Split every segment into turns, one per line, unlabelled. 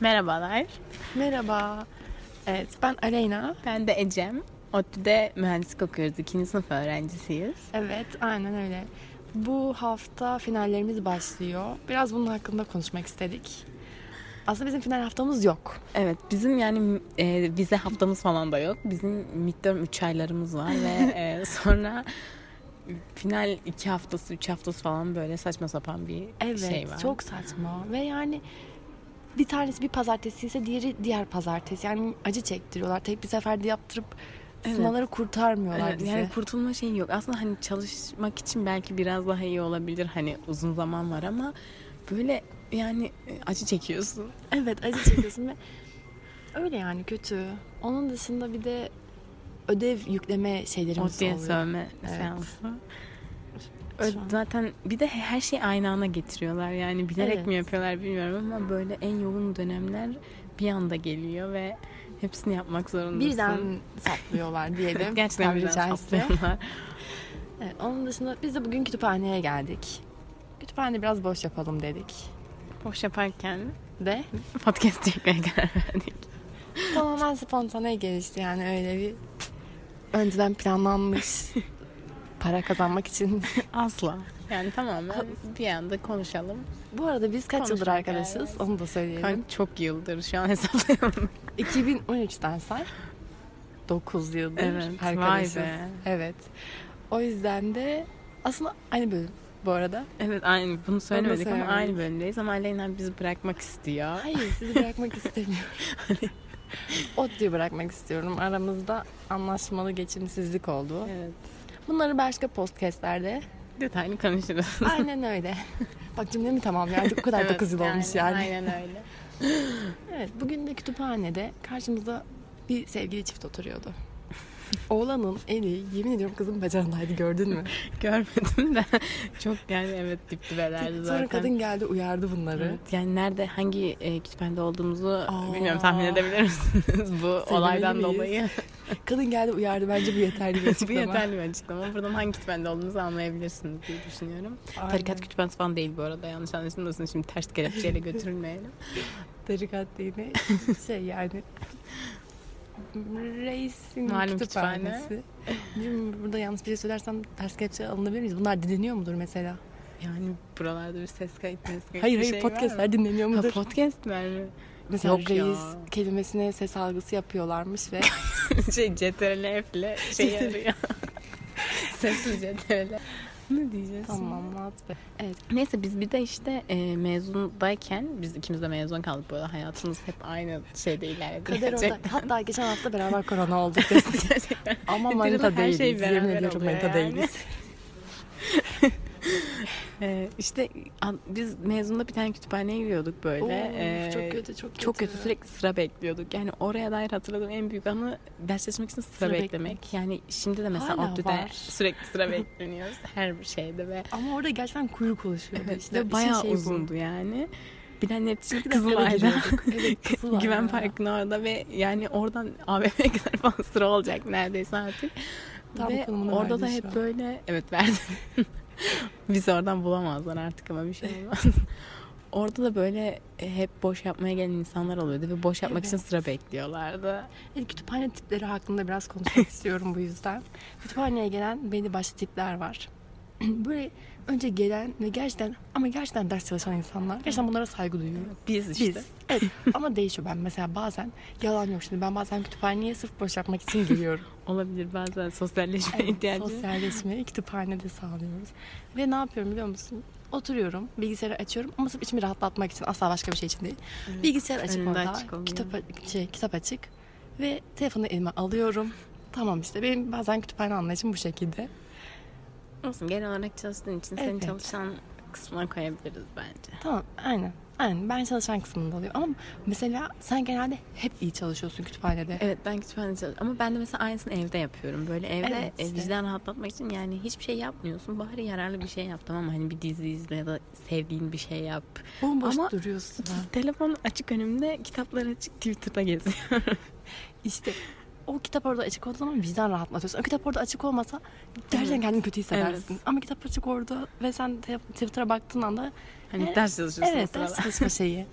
Merhabalar.
Merhaba. Evet ben Aleyna.
Ben de Ecem. ODTÜ'de mühendislik okuyoruz. İkinci sınıf öğrencisiyiz.
Evet aynen öyle. Bu hafta finallerimiz başlıyor. Biraz bunun hakkında konuşmak istedik. Aslında bizim final haftamız yok.
Evet bizim yani e, vize haftamız falan da yok. Bizim midterm 3 aylarımız var ve e, sonra final 2 haftası 3 haftası falan böyle saçma sapan bir
Evet
şey var.
çok saçma ve yani bir tanesi bir pazartesi ise diğeri diğer pazartesi. Yani acı çektiriyorlar. Tek bir seferde yaptırıp
Evet.
sınavları kurtarmıyorlar
Evet,
bizi.
yani kurtulma şeyi yok. Aslında hani çalışmak için belki biraz daha iyi olabilir. Hani uzun zaman var ama böyle yani e, acı çekiyorsun.
Evet acı çekiyorsun ve öyle yani kötü. Onun dışında bir de ödev yükleme şeylerimiz
ODTÜ'ye
oluyor.
sövme
Evet.
seansı.
Şu
Ö-
an.
Zaten bir de he- her şeyi aynı ana getiriyorlar yani bilerek
Evet.
mi yapıyorlar bilmiyorum ama böyle en yoğun dönemler bir anda geliyor ve hepsini yapmak zorundasın.
Birden saplıyorlar diyelim.
gerçekten
tabiri
birden
caizse.
saplıyorlar.
Evet, onun dışında biz de bugün kütüphaneye geldik. Kütüphane biraz boş yapalım dedik.
Boş yaparken
De
podcast çekmeye karar verdik.
tamamen spontane gelişti yani öyle bir önceden planlanmış para kazanmak için.
Asla. Yani tamamen bir anda konuşalım.
Bu arada biz kaç yıldır
Konuşmak,
arkadaşız
evet.
onu da söyleyelim.
Kanka çok yıldır şu an hesaplayamadım.
2013'ten say. 9 yıldır
Evet, vay
arkadaşız.
be.
Evet. O yüzden de aslında aynı bölüm bu arada.
Evet aynı bunu söylemedik ama
söylemedik.
aynı bölümdeyiz ama Aleyna bizi bırakmak istiyor.
Hayır sizi bırakmak istemiyorum.
Hani?
Otlu'yu bırakmak istiyorum. Aramızda anlaşmalı geçimsizlik oldu.
Evet.
Bunları başka podcastlerde.
Detaylı konuşuruz.
Aynen öyle. Bak cümlemi tamamlayacak o kadar da
Evet,
kızıl olmuş yani.
Aynen öyle.
Evet bugün de kütüphanede karşımızda bir sevgili çift oturuyordu. Oğlanın eli yemin ediyorum kızın bacağındaydı gördün mü?
Görmedim de çok yani evet dip dibelerdi zaten.
Sonra kadın geldi uyardı bunları.
Evet, yani nerede hangi e, kütüphanede olduğumuzu
Aa.
bilmiyorum tahmin edebilir misiniz bu olaydan
miyiz?
dolayı?
Kadın geldi uyardı bence bu yeterli bir
Bu
açıklama.
yeterli bir açıklama. Buradan hangi kütüphanede olduğunuzu anlayabilirsiniz diye düşünüyorum.
Aynen.
Tarikat kütüphanesi falan değil bu arada yanlış anlaşılmasın şimdi ters kelepçeyle götürülmeyelim.
tarikat dini şey yani reisin
Malum
kütüphanesi. Bilmiyorum, burada yanlış bir şey söylersem ters kepçe alınabilir miyiz? Bunlar dinleniyor mudur mesela?
Yani buralarda bir ses kayıt, ses kayıt
hayır
bir
hayır
şey var mı?
podcastler dinleniyor
Ha,
mudur?
podcastler mi?
mesela
Yok ya.
reis kelimesine ses algısı yapıyorlarmış ve
şey CTRL F ile şey
CTRL.
yarıyor. Sesli CTRL. Ne diyeceğiz?
tamam Murat Bey. Evet
Neyse biz bir de işte e, mezundayken biz ikimiz de mezun kaldık bu arada hayatımız hep aynı şeyde ilerledi.
kader orada.
Gerçekten.
Hatta geçen hafta beraber korona olduk.
Gerçekten.
Ama
Literal
manita
her
değiliz.
şey
Yemin
beraber
ediyorum
oluyor
manita
yani.
değiliz.
E, işte an- biz mezunda bir tane kütüphaneye giriyorduk böyle. E,
Of, çok kötü çok kötü.
Çok kötü sürekli sıra bekliyorduk. Yani oraya dair hatırladığım en büyük anı dersleşmek için sıra,
Sıra
beklemek.
beklemek.
Yani şimdi de mesela
Hala
ODTÜ'de
var.
sürekli sıra bekleniyoruz her bir şeyde ve
Ama orada gerçekten kuyruk oluşuyordu işte. şey
ve şey
İşin
bayağı
şeyi bu.
uzundu yani. Bilen iletişim
İki dakikada
Kızılay'da.
giriyorduk. Evet, Kızılay'da.
Güven Parkı'nın orada ve yani oradan AVM'ye kadar falan sıra olacak neredeyse artık.
Tam
ve
konumunu
orada da
verdi şu
hep
an.
böyle evet verdi. Bizi oradan bulamazlar artık ama bir şey olmaz. Orada da böyle e, hep boş yapmaya gelen insanlar oluyordu ve boş yapmak için
Evet.
sıra bekliyorlardı.
Evet, kütüphane tipleri hakkında biraz konuşmak istiyorum bu yüzden. Kütüphaneye gelen belli başlı tipler var. Böyle önce gelen ve gerçekten ama gerçekten ders çalışan insanlar. Gerçekten bunlara saygı duyuyorum.
Biz işte.
Biz. Evet. ama değişiyor ben mesela bazen yalan yok şimdi ben bazen kütüphaneye sırf boş yapmak için giriyorum.
Olabilir bazen sosyalleşmeye
Evet,
ihtiyacı.
Sosyalleşmeyi kütüphanede sağlıyoruz. Ve ne yapıyorum biliyor musun? Oturuyorum, bilgisayarı açıyorum ama sırf içimi rahatlatmak için asla başka bir şey için değil. Bilgisayar açık
önünde
orada,
açık oluyor.
kitap, a- şey, kitap açık ve telefonu elime alıyorum. Tamam işte benim bazen kütüphane anlayışım bu şekilde.
Olsun genel olarak çalıştığın için seni
Evet.
çalışan kısmına koyabiliriz bence.
Tamam aynen. Aynen ben çalışan kısmında oluyor ama mesela sen genelde hep iyi çalışıyorsun kütüphanede.
Evet ben kütüphanede çalışıyorum ama ben de mesela aynısını evde yapıyorum. Böyle evde
Evet,
e,
işte.
vicdan rahatlatmak için yani hiçbir şey yapmıyorsun. Bari yararlı bir şey yap tamam mı? Hani bir dizi izle ya da sevdiğin bir şey yap.
Bomboş
Ama-
duruyorsun.
Telefon açık önümde, kitaplar açık, Twitter'da geziyorum.
İşte o kitap orada açık olduğu zaman vicdan rahatlatıyorsun. O kitap orada açık olmasa gerçekten kendini kötü hissedersin.
Evet.
Ama kitap açık orada ve sen te- Twitter'a baktığın anda
Hani
Evet,
ders çalışıyorsun o
evet
sırada.
ders çalışma şeyi.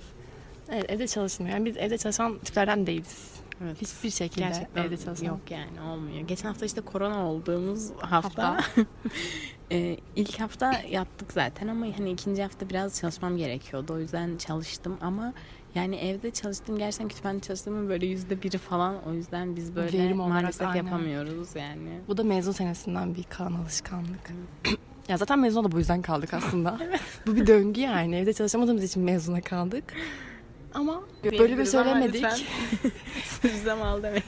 Evet evde çalışmıyor. Yani biz evde çalışan tiplerden değiliz.
Evet.
Hiçbir şekilde
Gerçekten
evde çalışan.
yok yani olmuyor. Geçen hafta işte korona olduğumuz hafta,
Hafta.
e, ilk hafta yattık zaten ama hani ikinci hafta biraz çalışmam gerekiyordu. O yüzden çalıştım ama yani evde çalıştım gerçekten kütüphane çalıştığımın böyle yüzde biri falan. O yüzden biz böyle
Verim olarak
maalesef
aynen.
yapamıyoruz yani.
Bu da mezun senesinden bir kalan alışkanlık. ya zaten mezuna da bu yüzden kaldık aslında. Bu bir döngü yani. Evde çalışamadığımız için mezuna kaldık. Ama böyle bir şey
Diyebiliriz ama
söylemedik.
lütfen Siz zamal demeyin.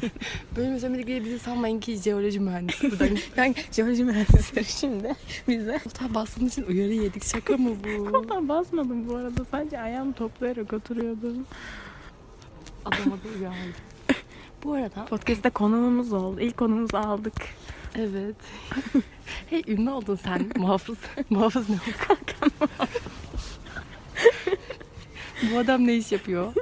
Böyle bir şey söylemedik diye bizi sanmayın ki jeoloji mühendisi buradan.
Ben jeoloji mühendisleri şimdi bize.
Koltuğa bastığımız için uyarı yedik. Şaka mı bu?
Koltuğa basmadım bu arada sadece ayağımı toplayarak oturuyordum.
Adama da uyardık. Bu arada
Podcast'te konuğumuz oldu. İlk konumuzu aldık.
evet. hey ünlü oldun sen muhafız. muhafız ne oldu? bu adam ne iş yapıyor?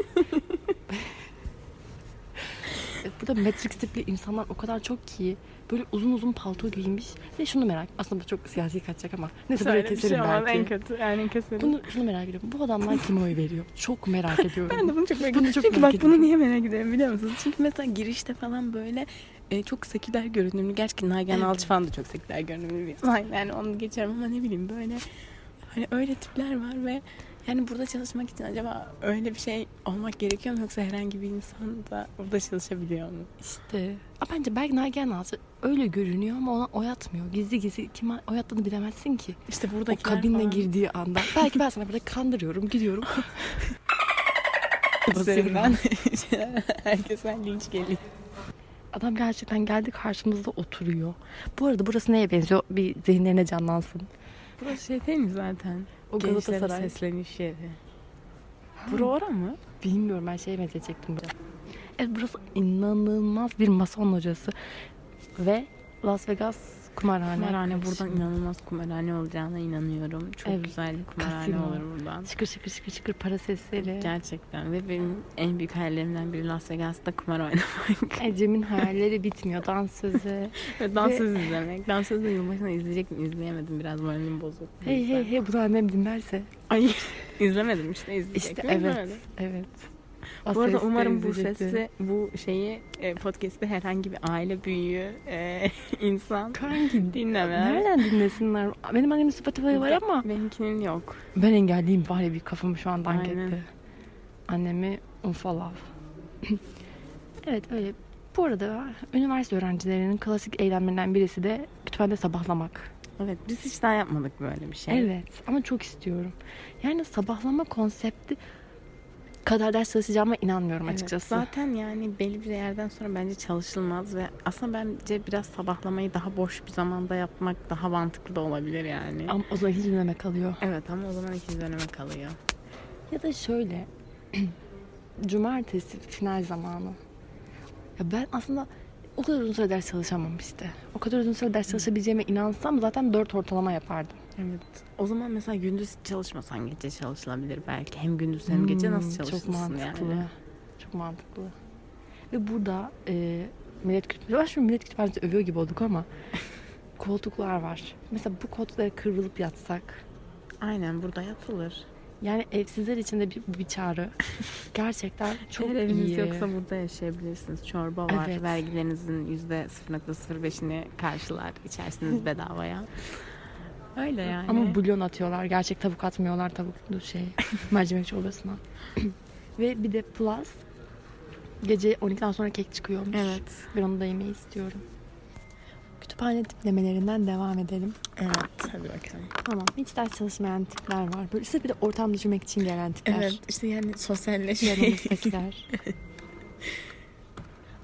Evet, Burada Matrix tipli insanlar o kadar çok ki böyle uzun uzun palto giymiş. Ve şunu merak, aslında bu çok siyasi kaçacak ama neyse buraya
Söyle bir
keselim
şey olmaz. En
belki.
kötü. Yani keselim.
Bunu, şunu merak ediyorum. Bu adamlar kime oy veriyor? Çok merak ediyorum.
Ben de bunu çok merak
Bunu çok
Çünkü
merak
bak bunu
ediyorum.
niye merak ediyorum biliyor musunuz? Çünkü mesela girişte falan böyle e, çok seküler görünümlü. Gerçi Nagihan
Evet.
Alçıfan da çok seküler görünümlü bir insan. Yani onu geçerim ama ne bileyim böyle hani öyle tipler var ve yani burada çalışmak için acaba öyle bir şey olmak gerekiyor mu yoksa herhangi bir insan da burada çalışabiliyor mu?
İşte. A, bence belki Nagihan Alçı öyle görünüyor ama ona oy atmıyor. Gizli gizli kime oy attığını bilemezsin ki.
İşte
O
burada
kabinle girdiği anda. belki ben sana burada kandırıyorum, gidiyorum.
üzerinden herkesten linç geliyor.
Adam gerçekten geldi karşımızda oturuyor. Bu arada burası neye benziyor? Bir zihinlerine canlansın.
Burası şey değil mi zaten?
O Galatasaray.
sesleniş yeri. Bura ora mı?
Bilmiyorum ben şeye benzeyecektim biraz. Evet burası inanılmaz bir mason hocası. Ve Las Vegas kumarhane.
Kumarhane hani buradan
Şimdi
inanılmaz kumarhane olacağına inanıyorum. Çok
Evet.
güzel bir kumarhane
Kasino.
olur buradan.
Şıkır şıkır şıkır şıkır para sesleri.
Gerçekten ve benim en büyük hayallerimden biri Las Vegas'ta kumar oynamak.
Ecem'in hayalleri bitmiyor. Dans sözü.
ve dansöz izlemek. Dansözü yılbaşına izleyecek mi izleyemedim biraz moralim bozuk.
hey hey hey bunu annem dinlerse.
Ay izlemedim işte izleyecek
İşte
mi?
evet.
İzlemedim.
Evet.
Bu arada umarım bu sesi, bu şeyi e, podcast'te herhangi bir aile büyüğü, e, insan
Kanki
dinlemez.
Nereden dinlesinler? Benim annemin Spotify var ama
Benimkinin yok.
ben engelliyim var ya bir kafamı şu an dank
Aynen.
etti. Annemi unfalav. evet öyle. Bu arada üniversite öğrencilerinin klasik eğlenmelerinden birisi de kütüphanede sabahlamak.
Evet biz hiç daha yapmadık böyle bir şey.
Evet ama çok istiyorum. Yani sabahlama konsepti kadar ders çalışacağıma inanmıyorum
Evet,
açıkçası.
Zaten yani belli bir yerden sonra bence çalışılmaz ve aslında bence biraz sabahlamayı daha boş bir zamanda yapmak daha mantıklı da olabilir yani.
Ama o zaman hiç dinleme kalıyor.
Evet ama o zaman ikinci döneme kalıyor.
Ya da şöyle. cumartesi final zamanı. Ya ben aslında o kadar uzun süre ders çalışamam işte. O kadar uzun süre ders çalışabileceğime inansam zaten 4 ortalama yapardım.
Evet. O zaman mesela gündüz çalışmasan gece çalışılabilir belki. Hem gündüz hem gece
Hmm,
nasıl çalışırsın
Çok mantıklı.
yani?
Çok mantıklı. Ve burada e, millet kütüphanesi var. Şimdi millet kütüphanesi övüyor gibi olduk ama koltuklar var. Mesela bu koltuklara kıvrılıp yatsak.
Aynen burada yapılır.
Yani evsizler için de bir, bir çağrı. Gerçekten çok
Eğer eviniz
iyi.
yoksa burada yaşayabilirsiniz. Çorba var.
Evet.
Vergilerinizin yüzde %0.05'ini karşılar. İçersiniz bedavaya. Öyle yani.
Ama bulyon atıyorlar. Gerçek tavuk atmıyorlar tavuklu şey. mercimek çorbasına. Ve bir de plus gece 12'den sonra kek çıkıyormuş.
Evet.
Ben onu da yemeyi istiyorum. Kütüphane tiplemelerinden devam edelim.
Evet. Hadi bakalım.
Tamam. Hiç ders çalışmayan tipler var. Böyle sırf bir de ortam düşürmek için gelen tipler.
Evet işte yani sosyalleşmeyi.
Yanımızdakiler.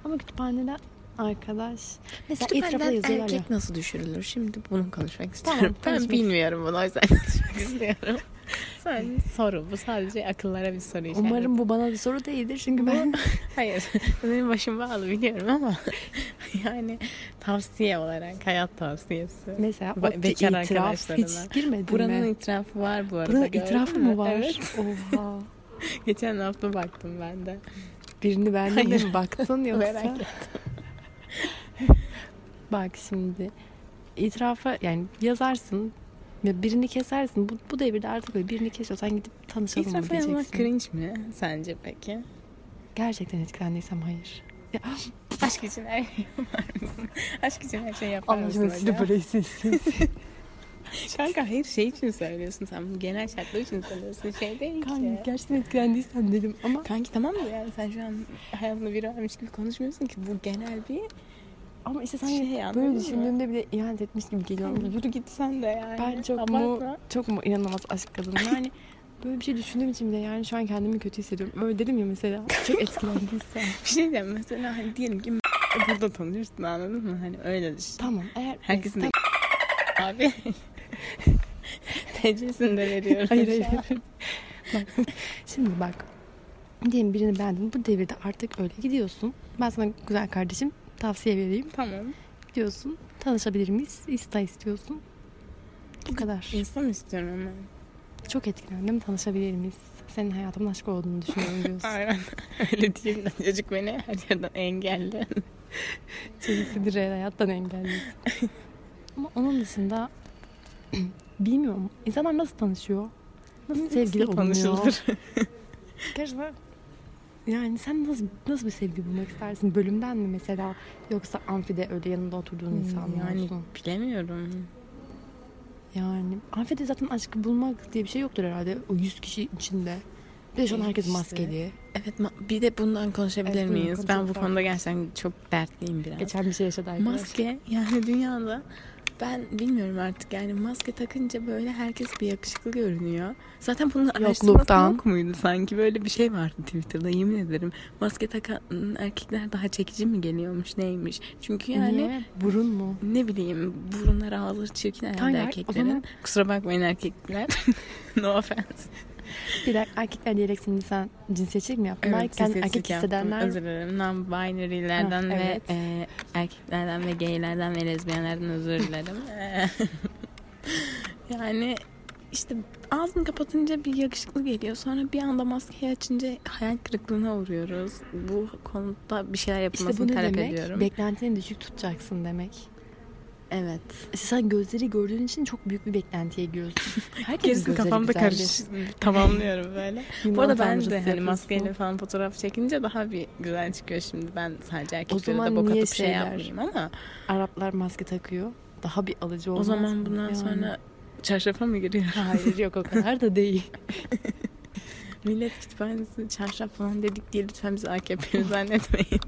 Ama kütüphaneden arkadaş. Mesela etrafa yazıyorlar ya.
nasıl düşürülür? Şimdi bunu konuşmak
Tamam,
istiyorum. ben
konuşmak
bilmiyorum bunu o yüzden konuşmak istiyorum. Sen soru bu sadece akıllara bir soru işareti.
Umarım bu bana bir soru değildir çünkü ben
Hayır benim başım bağlı biliyorum ama yani tavsiye olarak hayat tavsiyesi.
mesela
Ba-
o
bekar
itiraf
arkadaşlarına.
hiç girmedin mi?
Buranın itirafı var bu arada.
Buranın
gördün
itirafı
mü?
mı var?
Evet.
Oha.
Geçen hafta baktım ben de.
Birini beğendin
Hayır.
mi baktın
Merak
yoksa?
ettim.
Bak şimdi itirafa yani yazarsın Ya birini kesersin. Bu, bu devirde artık öyle birini kesiyorsan gidip tanışalım mı
İtiraf yapmak
diyeceksin.
cringe mi sence peki?
Gerçekten etkilendiysem hayır. Ya,
Aşk için her şey yapar mısın? Aşk için her şey yapar
Anlaşılan
mısın
sizi
hocam?
burayı sessiz.
Kanka hayır şey için söylüyorsun sen bunu genel şartlar için söylüyorsun şey değil
Kanka
ki.
gerçekten etkilendiysem dedim ama
Kanki tamam mı yani sen şu an hayatında biri varmış gibi konuşmuyorsun ki bu genel bir
ama işte sanki
şey anladın
böyle
mı?
düşündüğümde bile ihanet etmiş gibi geliyor.
Yani Hani Yürü git sen de yani.
Ben çok mu
Abartma.
çok mu inanılmaz aşk kadınım. Yani böyle bir şey düşündüğüm için de yani şu an kendimi kötü hissediyorum. Öyle dedim ya mesela çok etkilendiysem.
Bir şey diyeceğim mesela hani diyelim ki burada tanıyorsun anladın mı? Hani öyle düşün.
tamam eğer
Herkesin de abi. TC'sini de veriyorum.
Hayır
şu
hayır.
an.
Bak, Şimdi bak. Diyelim birini beğendin. Bu devirde artık öyle gidiyorsun. Ben sana güzel kardeşim tavsiye vereyim.
Tamam.
Gidiyorsun. Tanışabilir miyiz? İsta istiyorsun. Bu kadar.
İnsan istiyorum ama.
Çok etkilendim. Tanışabilir miyiz? Senin hayatımın aşk olduğunu düşünüyorum diyorsun.
Aynen. Öyle diyeyim de çocuk beni her yerden engelli.
Çeliksin direğe hayattan engellisin. Ama onun dışında bilmiyorum. İnsanlar nasıl tanışıyor? Nasıl sevgili
Nasıl
olunuyor?
tanışılır?
Gerçekten. Yani sen nasıl nasıl bir sevgi bulmak istersin? Bölümden mi mesela? Yoksa amfide öyle yanında oturduğun insan mı
Hmm, yani
olsun?
bilemiyorum.
Yani amfide zaten aşkı bulmak diye bir şey yoktur herhalde. O 100 kişi içinde. Bir de şu an
Evet
herkes
işte.
maskeli.
Evet ma- bir de bundan konuşabilir
Evet, bundan
miyiz? ben bu
konuşalım.
konuda gerçekten çok dertliyim biraz.
Geçen bir şey yaşadı arkadaş.
Maske yani dünyada ben bilmiyorum artık yani maske takınca böyle herkes bir yakışıklı görünüyor. Zaten bunun araştırması
Yokluktan.
yok muydu sanki böyle bir şey vardı Twitter'da yemin ederim. Maske takan erkekler daha çekici mi geliyormuş neymiş? Çünkü yani
Niye? Burun mu?
ne bileyim burunları ağzı çirkin herhalde
Kanka, o
erkeklerin.
zaman-
Kusura bakmayın erkekler. no offense.
Bir de erkekler diyerek şimdi sen cinsiyetçilik mi yaptın? Belki kendini
cinsiyetsizlik
erkek
yaptım.
hissedenler
Özür dilerim. Non-binary'lerden
Ah,
ve
evet.
e, erkeklerden ve gaylerden ve lezbiyenlerden özür dilerim. E, yani işte ağzını kapatınca bir yakışıklı geliyor. Sonra bir anda maskeyi açınca hayal kırıklığına uğruyoruz. Bu konuda bir şeyler
İşte
yapılmasını
bu ne
talep
demek?
ediyorum.
Beklentini düşük tutacaksın demek.
evet.
İşte sen gözleri gördüğün için çok büyük bir beklentiye giriyorsun. Herkesin
Gerisi
gözleri
kafamda
güzeldir.
karış tamamlıyorum böyle.
Yunan
Bu arada ben
tanrıcısı
de hani
yapıyorsun.
maskeyle falan fotoğraf çekince daha bir güzel çıkıyor şimdi. Ben sadece erkeklere
zaman
de bok
niye
atıp şey
şeyler?
yapmayayım ama
Araplar maske takıyor. Daha bir alıcı
o
olmaz.
zaman
mı?
bundan
Yani.
sonra çarşafa mı giriyor?
Hayır yok o kadar da değil.
Millet kütüphanesi çarşaf falan dedik diye lütfen bizi AKP'li zannetmeyin.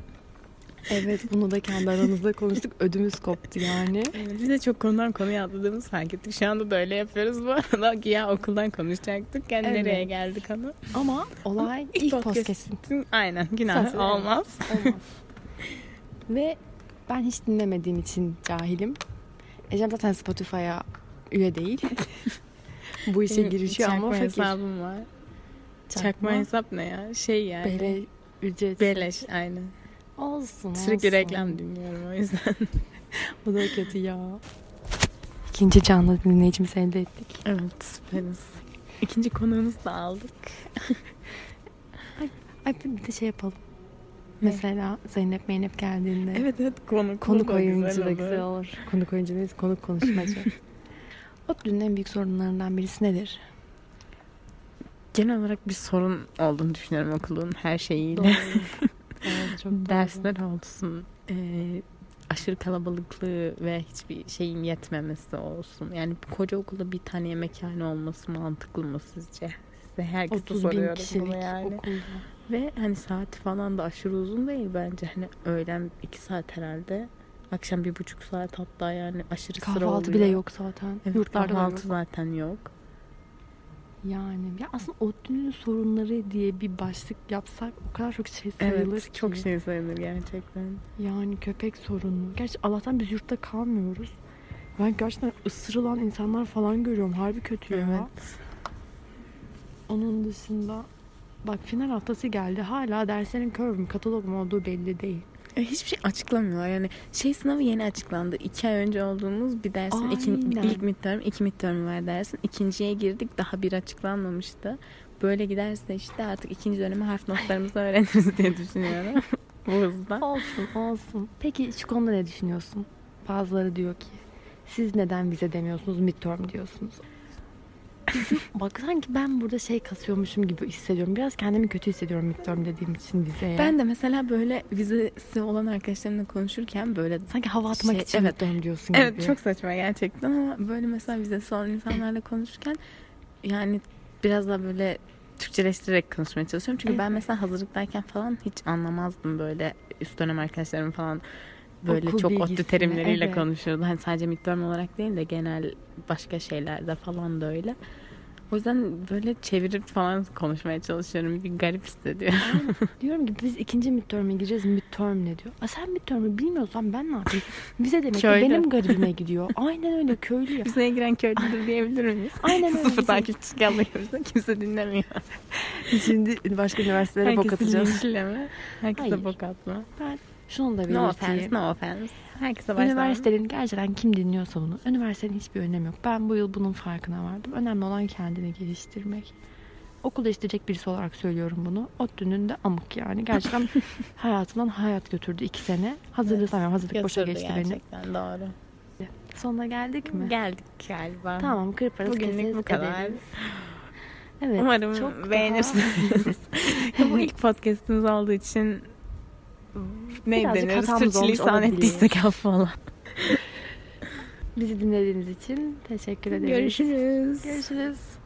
evet bunu da kendi aramızda konuştuk. Ödümüz koptu yani.
Evet, Biz de çok konudan konuya atladığımız fark ettik. Şu anda da öyle yapıyoruz bu arada. Ya okuldan konuşacaktık. Yani
Evet.
nereye geldik ama.
Ama olay ilk,
ilk podcast.
podcast'in.
Aynen
Zaten,
günah
evet.
olmaz.
Olmaz. Ve ben hiç dinlemediğim için cahilim. Ecem zaten Spotify'a üye değil. Bu işe
Benim
girişiyor ama
çakma
fakir.
hesabım var. Çakma, hesap ne ya? Şey yani.
Bele, ücretsiz.
Beleş aynen.
Olsun
Sürekli
olsun.
reklam dinliyorum o yüzden.
Bu da kötü ya. İkinci canlı dinleyicimizi elde ettik.
Evet süperiz. İkinci konuğumuzu da aldık.
Ay bir bir de şey yapalım.
Ne?
Mesela Zeynep Meynep geldiğinde.
Evet evet konu
Konuk oyuncu da güzel olur. Konuk oyuncu değil, konuk konuşmacı. ODTÜ'nün en büyük sorunlarından birisi nedir?
Genel olarak bir sorun olduğunu düşünüyorum okulun her şeyiyle.
Evet, çok doğru.
Dersler olsun. eee, aşırı kalabalıklığı ve hiçbir şeyin yetmemesi olsun. Yani bu koca okulda bir tane yemekhane olması mantıklı mı sizce? Size herkese
30 bin
soruyorum bunu
kişilik
yani.
okulda.
Ve hani saati falan da aşırı uzun değil bence. Hani öğlen 2 saat herhalde. Akşam bir buçuk saat hatta yani aşırı sıra oluyor.
Kahvaltı bile yok zaten.
Evet,
Yurtlarda da yok.
kahvaltı zaten yok.
Yani ya aslında ODTÜ'nün sorunları diye bir başlık yapsak o kadar çok şey sayılır
Evet
ki.
çok şey sayılır gerçekten.
Yani köpek sorunu. Gerçi Allah'tan biz yurtta kalmıyoruz. Ben gerçekten ısırılan insanlar falan görüyorum. Harbi kötü ya.
Evet.
Onun dışında bak final haftası geldi. Hala derslerin kör mü katalog mu olduğu belli değil.
E, Hiçbir şey açıklamıyorlar yani şey sınavı yeni açıklandı. İki ay önce olduğumuz bir dersin iki,
Aynen.
ilk midterm iki midterm var dersin. İkinciye girdik daha bir açıklanmamıştı. Böyle giderse işte artık ikinci dönemi harf notlarımızı öğreniriz diye düşünüyorum. Bu hızla.
Olsun olsun. Peki şu konuda ne düşünüyorsun? Bazıları diyor ki Siz neden vize demiyorsunuz, midterm diyorsunuz? Bizim- Bak sanki ben burada şey kasıyormuşum gibi hissediyorum. Biraz kendimi kötü hissediyorum midterm dediğim için vizeye.
Ben de mesela böyle vizesi olan arkadaşlarımla konuşurken böyle
sanki hava atmak
Şey,
için
evet.
midterm diyorsun gibi.
Evet çok saçma gerçekten ama böyle mesela vizesi olan insanlarla konuşurken yani biraz daha böyle Türkçeleştirerek konuşmaya çalışıyorum. Çünkü ben mesela hazırlıktayken falan hiç anlamazdım böyle üst dönem arkadaşlarım falan böyle
Okul
çok otlu
bilgisini,
terimleriyle
evet.
konuşuyordu. Hani sadece midterm olarak değil de genel başka şeylerde falan da öyle. O yüzden böyle çevirip falan konuşmaya çalışıyorum. Bir garip hissediyorum.
Diyorum ki biz ikinci midterm'e gireceğiz. Midterm ne diyor? Aa, sen midterm'i bilmiyorsan ben ne yapayım? Vize demek ki
Köylü.
benim garibime gidiyor. Aynen öyle köylü ya.
Vizeye giren köylüdür diyebilir miyiz?
Aynen öyle.
Sıfır takipçi alıyoruz da kimse dinlemiyor.
Şimdi başka üniversitelere bok
Herkesi
atacağız.
linçleme. Herkese
Hayır.
bok atma.
Şunu da
No offense,
belirteyim.
no offense. Herkese başlar.
Üniversitenin gerçekten kim dinliyorsa bunu. Üniversitenin hiçbir önemi yok. Ben bu yıl bunun farkına vardım. Önemli olan kendini geliştirmek. Okul değiştirecek birisi olarak söylüyorum bunu. ODTÜ'nün de amık yani. Gerçekten hayatımdan hayat götürdü iki sene. Hazırlığı
Evet.
saymıyorum. Hazırlık boşa geçti benim.
gerçekten doğru.
Sonuna geldik mi?
Geldik galiba.
Tamam kır parası
Bugünlük
keseriz,
bu kadar.
ederiz. Evet,
Umarım
çok daha-
beğenirsiniz. Ya bu ilk podcastimiz olduğu için ne
Birazcık
denir?
hatamız olmuş
Sürçülisan
olabilir.
ettiysek affola.
Bizi dinlediğiniz için teşekkür ederiz.
Görüşürüz.
Görüşürüz.